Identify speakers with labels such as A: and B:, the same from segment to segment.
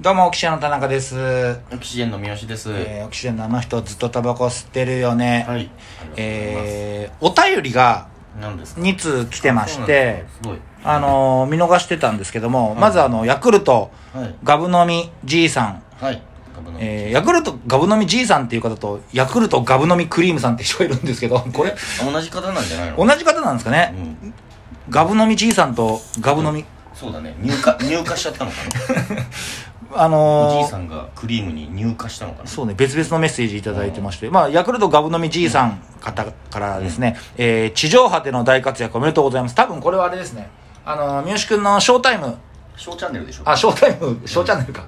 A: どうも、オキシエンの田中です。
B: オキシエンの三好です。
A: えー、オキシエンのあの人ずっとタバコ吸ってるよね。
B: はい。
A: えー、お便りが
B: ー、何ですか
A: 2通来てまして、
B: そうなんです
A: あのー、見逃してたんですけども、
B: い
A: まずあの、ヤクルト、
B: すごい。はい。
A: ガブ飲みじいさん。
B: はい。株の。
A: えー、ヤクルト、ガブ飲みじいさんっていう方と、ヤクルト、ガブ飲みクリームさんって人がいるんですけど、これ、
B: 同じ方なんじゃないの
A: 同じ方なんですかね。
B: うん。
A: ガブ飲みじいさんと、ガブ飲み、
B: そうだね。入荷、 入荷しちゃったのか
A: あ
B: な
A: のー
B: おじいさんがクリームに入荷したのかな
A: そうね、別々のメッセージいただいてまして、まあ、ヤクルトガブ飲みじいさん方からですね、えー地上波での大活躍おめでとうございます。多分これはあれですね、あの、三好くんのショータイム、
B: ショーチャンネルでしょ
A: あ、ショータイム、ショーチャンネルか。
B: う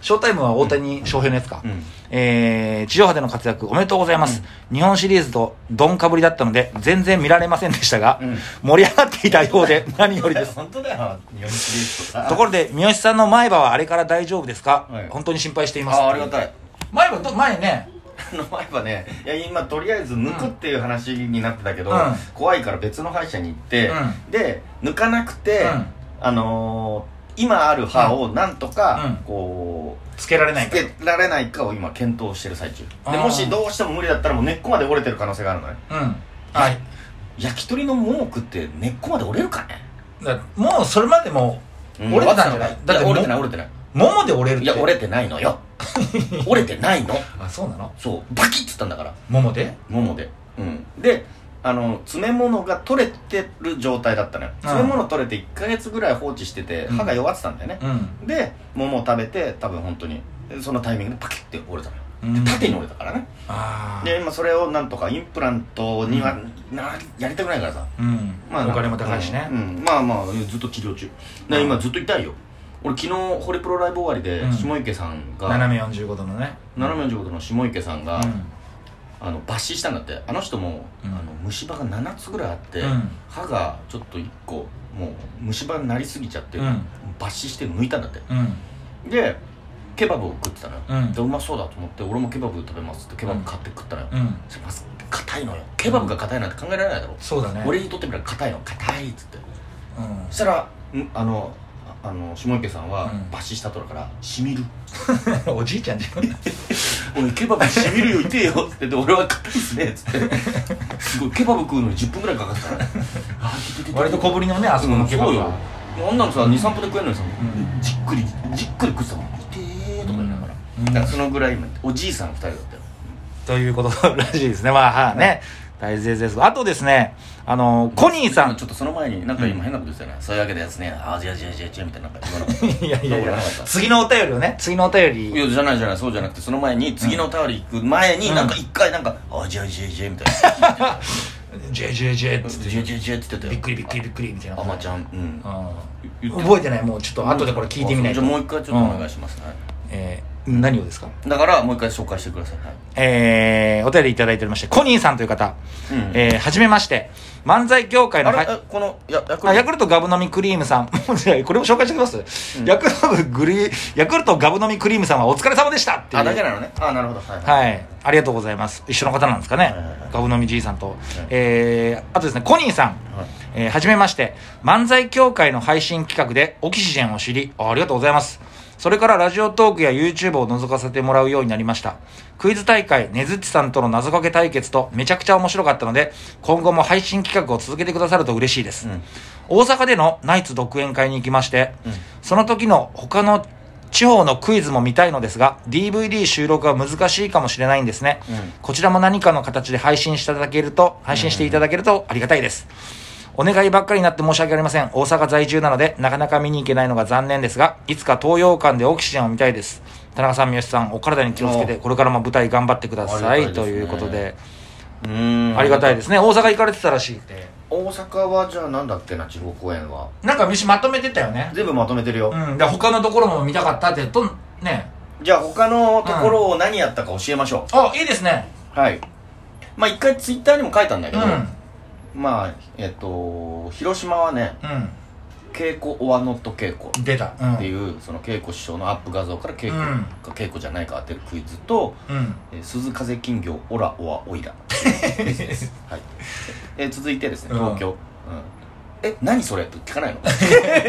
A: ショータイムは大谷翔平のやつか。
B: ん。うん。
A: えー地上波での活躍おめでとうございます、日本シリーズとどんかぶりだったので全然見られませんでしたが、
B: うん
A: 盛り上がっていたよう で何よりです
B: 本当だよ。日本シリー ズとさ。
A: ところで三好さんの前歯はあれから大丈夫ですか、
B: はい
A: 本当に心配しています
B: ああ、ありがたい。
A: 前歯ど前ね
B: あの前はねいや今とりあえず抜くっていう話になってたけど、
A: うん
B: 怖いから別の歯医者に行って、
A: う
B: で抜かなくて、
A: うん
B: あのー今ある歯をなんとか、
A: うん
B: こ
A: つけられ
B: う
A: ない
B: つ
A: から
B: けられないかを今検討してる最中
A: あ
B: で
A: ー
B: もしどうしても無理だったらもう根っこまで折れてる可能性があるのね
A: うんはい
B: 焼き鳥の文句って根っこまで折れるかね、
A: だもうそれまでも
B: うん
A: 折れてたんじゃないだっ
B: だってて
A: も
B: 折れてない折れてない
A: ももで折れるって
B: いや折れてない のよ折れてないの
A: あそうなの
B: そうバキッつったんだから
A: ももで
B: ももで、うん、であの詰め物が取れてる状態だったのよ詰め物取れて1ヶ月ぐらい放置してて
A: うん
B: 歯が弱ってたんだよね、
A: うん
B: で桃を食べて多分本当にそのタイミングでパキッて折れたのよ
A: うん
B: で縦に折れたからね
A: ああ
B: で今それをなんとかインプラントにはなやりたくないからさ、
A: うん
B: まあ、
A: お金も高いしね
B: うん、うんまあまあずっと治療中で今ずっと痛いよ俺昨日ホリプロライブ終わりで
A: うん
B: 下池さんが、
A: 斜め45度のね
B: 斜め45度の下池さんが、
A: うん
B: あの抜歯したんだってあの人も、
A: うん
B: あの虫歯が7つぐらいあって、
A: うん
B: 歯がちょっと1個もう虫歯になりすぎちゃって、
A: うん
B: 抜歯して抜いたんだって
A: うん
B: でケバブを食ってたのよ、
A: うん
B: でうまそうだと思って俺もケバブ食べますってケバブ買って食ったのよ、
A: うん
B: そしたらまず硬いのよケバブが硬いなんて考えられないだろ、
A: そうだね
B: 俺にとってみれば硬いの硬いっつって
A: うん
B: そしたらんあのああの下池さんは
A: うん
B: 抜歯したとだから「しみる」
A: おじいちゃんじ ゃん
B: おいケバブしみるよ痛えよ」って言って「俺は硬いっすね」っつ ってすごいケバブ食うのに10分ぐらいかかったからねあー痛い痛い痛い
A: 割と小ぶりのねあそこの
B: うん
A: ケ
B: そう
A: バブ
B: よ
A: は
B: あんなのさ23分で食えんのにさ、
A: ん
B: じっくりじっくり食ってたもん痛えとか言いながら、
A: うん
B: だからそのぐらい今おじいさん2人だったよ
A: ということらしいですねまあはいね大事ですあとですねあのコニーさん
B: ちょっとその前になんか今変なこと言ってたよね、そういうわけでやつねあーじゃあじゃあじゃあじゃあみたいななんか今の
A: いやいやい
B: どうも
A: や
B: なかった
A: 次のお便りをね次のお便り
B: いやじゃないじゃないそうじゃなくてその前に次のタオル行く前に
A: うん
B: なんか一回なんか「あーじゃあじゃあじゃあ」みたいな
A: ジェジェジェっ
B: 「
A: つっ
B: じゃあじゃあじゃあ」って言ってた
A: て
B: よ
A: びっくりびっくりびっくりみたいな
B: あまちゃんう
A: う
B: ん言
A: ん
B: ってた
A: 覚えてないもうちょっと後でこれ聞いてみない
B: あ
A: と
B: そうじゃあもう一回ちょっとお願いしますね、
A: えー何をですか
B: だからもう一回紹介してください、はい
A: えー、お便りいただいておりましてコニーさんという方、
B: うん
A: えーはじめまして漫才業界の
B: あれ、
A: はい
B: えこのやヤクルト
A: あヤクルトガブ飲みクリームさん。 もうじゃあこれも紹介してきます、ヤクルトグリ、ヤクルトガブ飲みクリームさんはお疲れ様でしたっていう。
B: あだけなのねあなるほどはい、
A: は
B: い、
A: い。ありがとうございます。一緒の方なんですかね。
B: いはいはい
A: ガブ飲みじいさんと。えー、あとですね、コニーさん。
B: はい
A: えーはじめまして漫才協会の配信企画でオキシジェンを知りあありがとうございますそれからラジオトークや YouTube を覗かせてもらうようになりましたクイズ大会ねずっちさんとの謎かけ対決とめちゃくちゃ面白かったので今後も配信企画を続けてくださると嬉しいです、
B: うん
A: 大阪でのナイツ独演会に行きまして、その時の他の地方のクイズも見たいのですが DVD 収録は難しいかもしれないんですね、
B: うん
A: こちらも何かの形で配信していただけると配信していただけるとありがたいです、お願いばっかりになって申し訳ありません。大阪在住なので、なかなか見に行けないのが残念ですが、いつか東洋館でオキシジェンを見たいです。田中さん、三好さん、お体に気をつけて、
B: お
A: これからも舞台頑張ってください。
B: ありが
A: と
B: たいですね
A: いうことで、
B: うーん
A: ありがたいですすね。大阪行かれてたらしいって。
B: 大阪はじゃあなんだっけな地方公演は
A: なんか三好まとめてたよね。
B: 全部まとめてるよ、
A: うん。で、他のところも見たかったって、とん、ね。
B: じゃあ他のところを何やったか教えましょ
A: あ、いいですね。
B: う、はいまあ一回ツイッターにも書いたんだけ
A: うん。
B: ど、
A: うん。
B: まあえっ、と広島はね稽古オアノット稽古
A: 出た。うん。
B: っていうその稽古師匠のアップ画像から稽古
A: うん
B: か稽古じゃないか当てるクイズと、
A: うん。
B: えー鈴風金魚オラオアオイラはい、えー続いてですね
A: うん
B: 東京、うん「え何それ?」って聞かないの
A: いやいや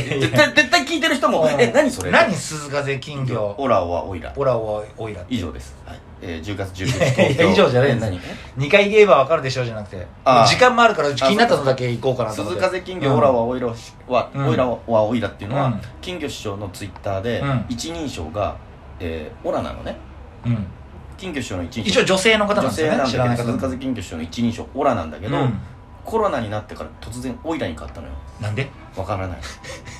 A: いやいや
B: 絶対絶対聞いてる人も「え何それ?」
A: 何鈴風金魚
B: オラはオイラ
A: オラオオイラ
B: 以上です、はいえー、10月19日
A: い やいや以上じゃない
B: え
A: です
B: 何え
A: 2回言えばわかるでしょうじゃなくて
B: あー
A: 時間もあるから気になったのだけ行こうかなと思っ
B: 鈴
A: て
B: 風金魚オラはオイラは、
A: うん
B: オイラはオイラっていうのは、
A: うん
B: 金魚師匠のツイッターで、
A: うん
B: 一人称が、えーオラなのね
A: うん
B: 金魚師匠の一人
A: 一応
B: 称
A: 女性の方なん
B: 女
A: です
B: 性
A: よ
B: なん
A: ね
B: だ
A: 知
B: け
A: らな
B: ど
A: い方
B: 鈴風金魚師匠の一人称オラなんだけど、
A: うん
B: コロナになってから突然オイラに変わったのよ
A: なんで
B: わから ない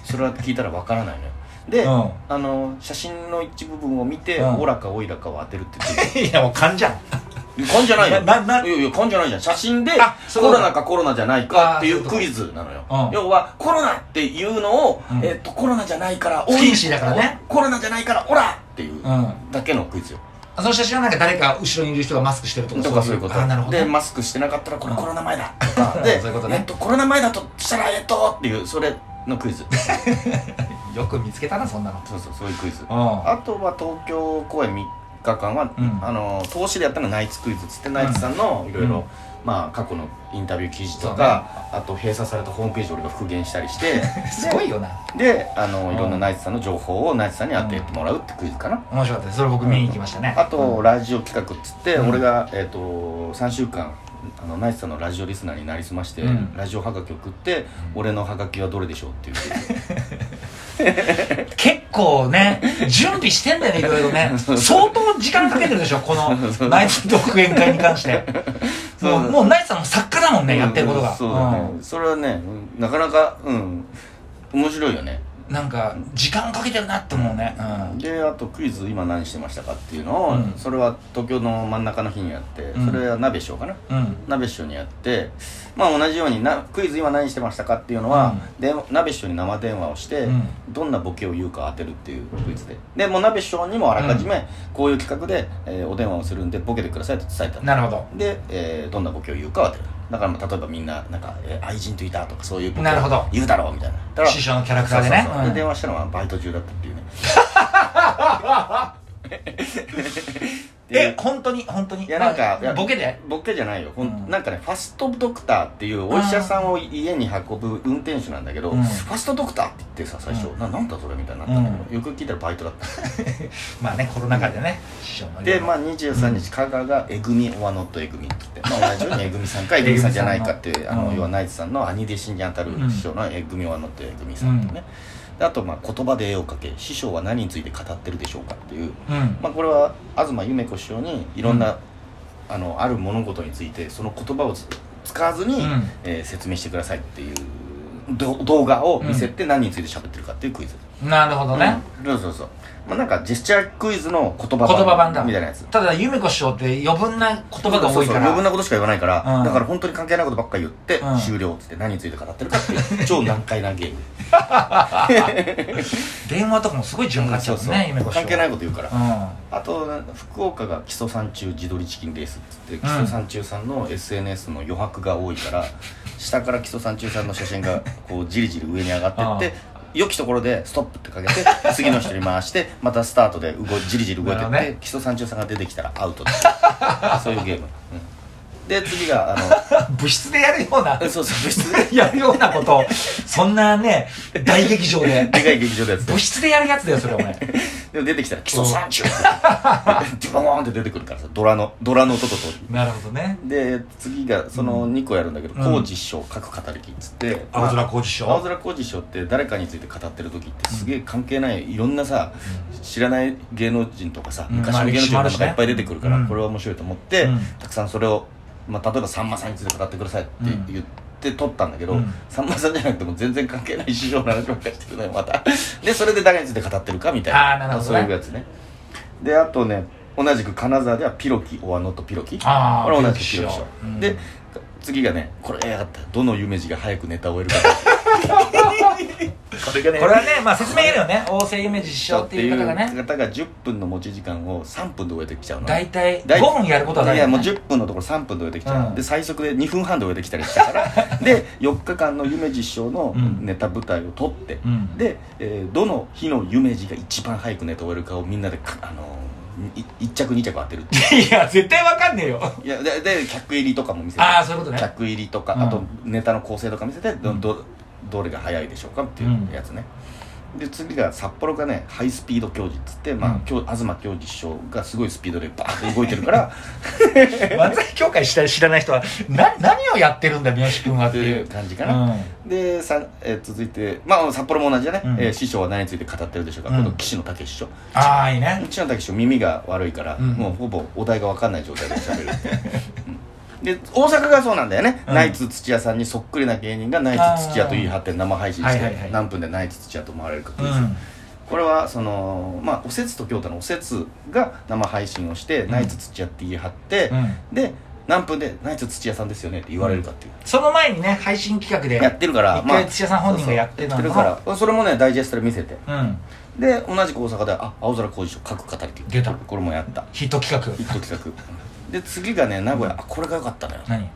B: それは聞いたらわからないのよで、
A: うん
B: あの写真の一部分を見て、
A: うん
B: オラかオイラかを当てるって言って
A: いやもう勘じゃん
B: る勘じゃないよ
A: なない
B: やいや勘じゃないじゃん写真で
A: あそう
B: コ
A: いうこ
B: ロ
A: と
B: ナかコロナじゃないかってい
A: あーそういううこと
B: クイズなのよ、
A: うん
B: 要はコロナっていうのを、
A: うん
B: えっとコロナじゃないから
A: 不謹慎だからね
B: コロナじゃないからオラっていう
A: うん
B: だけのクイズよ
A: あその写真はなんか誰か後ろにいる人がマスクしてるとか
B: とかそういうこと
A: あなるほど
B: で
A: ね
B: マスクしてなかったらこ
A: う
B: れ
A: ん
B: コロナ前だと かで
A: そういうことね
B: えっとコロナ前だとしたらえっとっていうそれのクイズ
A: よく見つけたなそんなの
B: そうそうそういうクイズ
A: うん
B: あとは東京公演3日間は、
A: うん
B: あの投資でやったのはナイツクイズっつって、ナイツさんのいろい
A: うん
B: ろまあ過去のインタビュー記事と
A: そう
B: か、あと閉鎖されたホームページを俺が復元したりして
A: すごいよな
B: であ
A: う
B: の
A: ん
B: いろんなナイツさんの情報をナイツさんに当ててもらうってクイズかな、
A: 面白かったですそれ僕見に行きましたね
B: あとラジオ企画っつって、
A: うん
B: 俺が、えー、と3週間あのナイツさんのラジオリスナーになりすまして、
A: うん
B: ラジオはがきを送って、
A: うん
B: 俺のはがきはどれでしょうっていう
A: 結構ね準備してん だよねいろいろね相当時間かけてるでしょこのナイツ独演会に関して
B: そ
A: も
B: う
A: うもうナイツさんも作家だもんねやってること
B: う
A: が
B: んそうだね、
A: うん
B: それはねうんなかなかうん面白いよね
A: なんか時間かけてるなって思うねうん
B: であとクイズ今何してましたかっていうのを、
A: うん
B: それは東京の真ん中の日にやって、
A: うん
B: それは鍋師匠かな
A: うん
B: 鍋師匠にやってまあ同じようになクイズ今何してましたかっていうのは、で鍋師匠に生電話をして、
A: うん
B: どんなボケを言うか当てるっていうクイズででもう鍋師匠にもあらかじめこういう企画で、えーお電話をするんでボケてくださいと伝えたの
A: なるほど
B: で、えーどんなボケを言うかは当てるだからまあ例えばみんななんか、えー愛人といたとかそういうボケ
A: なるほど
B: を言うだろうみたいなだから
A: 師匠のキャラクターでね
B: そうそうそう
A: うん
B: で電話したのはバイト中だったっていうね
A: え
B: で
A: 本当に本当に
B: いやなん
A: あ
B: かいや
A: ボケで
B: ボケじゃないよ、ほん
A: うん
B: なんかねファストドクターっていうお医者さんを家に運ぶ運転手なんだけど、
A: うん
B: ファストドクターって言ってさ最初、
A: う
B: ななんだそれみたいになったんだけど、よく聞いたらバイトだった
A: まあねコロナ禍でね師匠の
B: で、まあ、23日香川が「えぐみはノットえぐみ」って言って、まあ、同じようにえぐみさんかえぐみさんじゃないかっていうあ
A: う
B: の
A: ん
B: 要はナイツさんの兄弟子にあたる師匠の「えぐみはノットえぐみさん」っていうね、であと、まあ「言葉で絵を描け師匠は何について語ってるでしょうか」っていう、
A: うん
B: まあ、これは東夢子師匠にいろんな、あのある物事についてその言葉をつ使わずに、
A: うん
B: えー説明してくださいっていうど動画を見せて何について喋ってるかっていうクイズ、
A: なるほどね
B: うんそうそうそう、まあ、なんかジェスチャークイズの言葉
A: 言葉版だ
B: みたいなやつ
A: ただ由美子師匠って余分な言葉が多いから
B: そうそう余分なことしか言わないから、
A: うん
B: だから本当に関係ないことばっかり言って、
A: うん
B: 終了っつって何について語ってるかって いう超難解なゲーム
A: 電話とかもすごい順がっちゃうもんね由美子師匠
B: 関係ない
A: い
B: こと言うから、あと福岡が基礎山中自撮りチキンレースっつって基礎山中さんの SNS の余白が多いから、下から基礎山中さんの写 真がこうじりじり上に上がってって良きところでストップってかけて次の人に回してまたスタートで動いじりじり動いて
A: なる
B: っ
A: ほど
B: て、
A: ね
B: 基礎山中さんが出てきたらアウトっ ていうそういうゲーム、うんで次があ
A: うん部室でやるような
B: のそうそう部室で
A: やるようなことをそんなね大劇場で
B: でかい劇場のやつで
A: 部室でやるやつだよそれお前
B: でも出てきたら基礎山中ってドゥバーンって出てくるからさドラのドラの音とと
A: なるほどね
B: で次がその2個やるんだけど
A: うん
B: 浩二師匠書く語りきっつって
A: 青
B: ま
A: 空
B: あ
A: 浩二師
B: 青
A: 匠
B: 空浩二師匠って誰かについて語ってる時ってすげえ関係ないいろんなさ知らない芸能人とかさ
A: うん
B: 昔
A: まあ
B: の芸能人
A: 歴史もあ
B: と
A: る
B: か
A: しね
B: がいっぱい出てくるか
A: う
B: ら
A: ん
B: これは面白いと思って
A: うん
B: たくさんそれをまあ例えばさんまさんについて語ってくださいって
A: うん
B: 言って撮ったんだけ
A: う
B: ど
A: ん
B: さんまさんじゃなくても全然関係ない師匠の話ばっかりしてるのよまたでそれで誰について語ってるかみたい
A: あーなる
B: な
A: ほど
B: そ
A: ね
B: ういうやつねであとね同じく金沢ではピロキオアノとピロキ
A: ああ
B: これ同じ資料
A: うん
B: で次がねこれやがったどの有名人が早くネタを終えるか これがね
A: これはねまあ説明いるよね大瀬夢二師匠っていう方が
B: って
A: ね
B: いう方が10分の持ち時間を3分で終えてきちゃうの
A: 大体
B: 大
A: 5分やることはないい
B: や
A: よね
B: もう10分のところ3分で終えてきちゃう、
A: うん
B: で最速で2分半で終えてきたりしたから で4日間の夢二師匠の
A: うん
B: ネタ舞台を撮って、
A: うん
B: で、えーどの日の夢二が一番早くネタを終えるかをみんなでかあのーい1着2着当てるってい
A: いや絶対わかんねえよ
B: ういやでで客入りとかも見せて
A: ああそういうことね
B: 客入りとか、
A: うん
B: あとネタの構成とか見せてど
A: うん
B: どどれが早いでしょうかっていうやつね、で次が札幌がねハイスピード競技っつって、まあ
A: うん
B: 今日東京司師匠がすごいスピードでバーッて動いてるから
A: 漫才協会した知らない人はな何をやってるんだ三好君はっ
B: ってて
A: い
B: いうう感じ
A: う
B: かな、
A: ん
B: でさ、えー続いてまあ札幌も同じだね、
A: うん
B: えー師匠は何について語ってるでしょうか、
A: うん
B: 今度岸野武師匠
A: ああいいね
B: 岸野武師匠耳が悪いから、
A: うん
B: もうほぼお題が分かんない状態で喋るって、うんで大阪がそうなんだよね、
A: うん
B: ナイツ土屋さんにそっくりな芸人がナイツ土屋と言い張って生配信して、
A: はいはいはい
B: 何分でナイツ土屋と回れるかって
A: う
B: い
A: ん
B: う、これはそのまあおせつと京太のおせつが生配信をして、
A: うん
B: ナイツ土屋って言い張って
A: う、ん
B: で何分でナイツ土屋さんですよねって言われるかっていう、
A: その前にね配信企画で
B: やってるから
A: 一回土屋さん本人がやってた
B: そうそう
A: の
B: や
A: か
B: っ
A: な
B: てるからそれもねダイジェストで見せて
A: うん
B: で同じく大阪で「あ青空工事所書く語り」っていう
A: 出た
B: これもやった
A: ヒット企
B: 一
A: 画
B: 個企画で次がね名古屋、あこれが良かったのよ
A: 何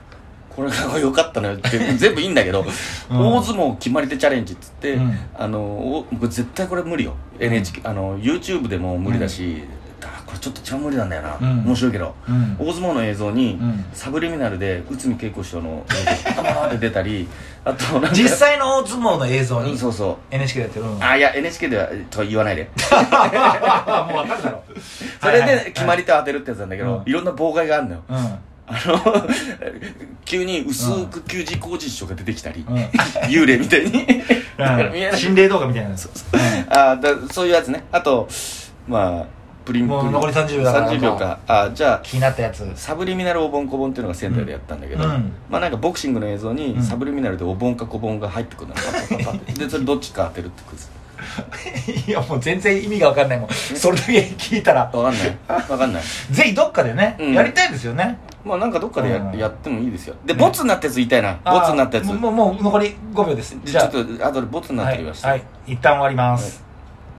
B: これが良かったのよって全部いいんだけど、
A: うん
B: 大相撲決まり手チャレンジっつって、
A: うん
B: あのお僕絶対これ無理よ NHK、あの YouTube でも無理だし、あこれちょっと一番無理なんだよな、
A: うん
B: 面白いけど
A: うん
B: 大相撲の映像に、
A: うん
B: サブリミナルで内海桂子師匠の映像が出たりあとなんか
A: 実際の大相撲の映像
B: うん
A: に
B: そうそう
A: NHK でやってるうんも
B: あいや NHK ではとは言わないで
A: うわかるだろ
B: そ
A: は
B: れ
A: いはいは
B: で
A: い
B: 決まり手を当てるってやつなんだけど、
A: うん
B: いろんな妨害があるのよ
A: うん
B: あの急に薄く給仕工事師匠が出てきたり、
A: うん
B: 幽霊みたいにだから見え
A: うん
B: ない
A: 心霊動画みたいなやつ
B: あだそういうやつねあとまあプリンプリン
A: もう残り30秒だから
B: 30秒かあじゃあ
A: 気になったやつ
B: サブリミナルお盆小盆っていうのが仙台でやったんだけど、
A: うんうん
B: まあなんかボクシングの映像
A: う
B: に
A: ん
B: サブリミナルでお盆か小盆が入ってくるのよパッパッパッパッってでそれどっちか当てるってクズ
A: いやもう全然意味が分かんないもんそれだけ聞いたら
B: わかんないわかんない
A: ぜひどっかでね、
B: うん
A: やりたいですよね
B: まあなんかどっかでや,、
A: うん
B: やってもいいですよでボツになったやつ言いたいなボツになったやつ
A: あーもうもうもう残り5秒です
B: じ
A: じ
B: ゃ
A: ゃ
B: あ
A: あ
B: ちょっと後でボツになったりはして、
A: はい、はい、一旦終わります、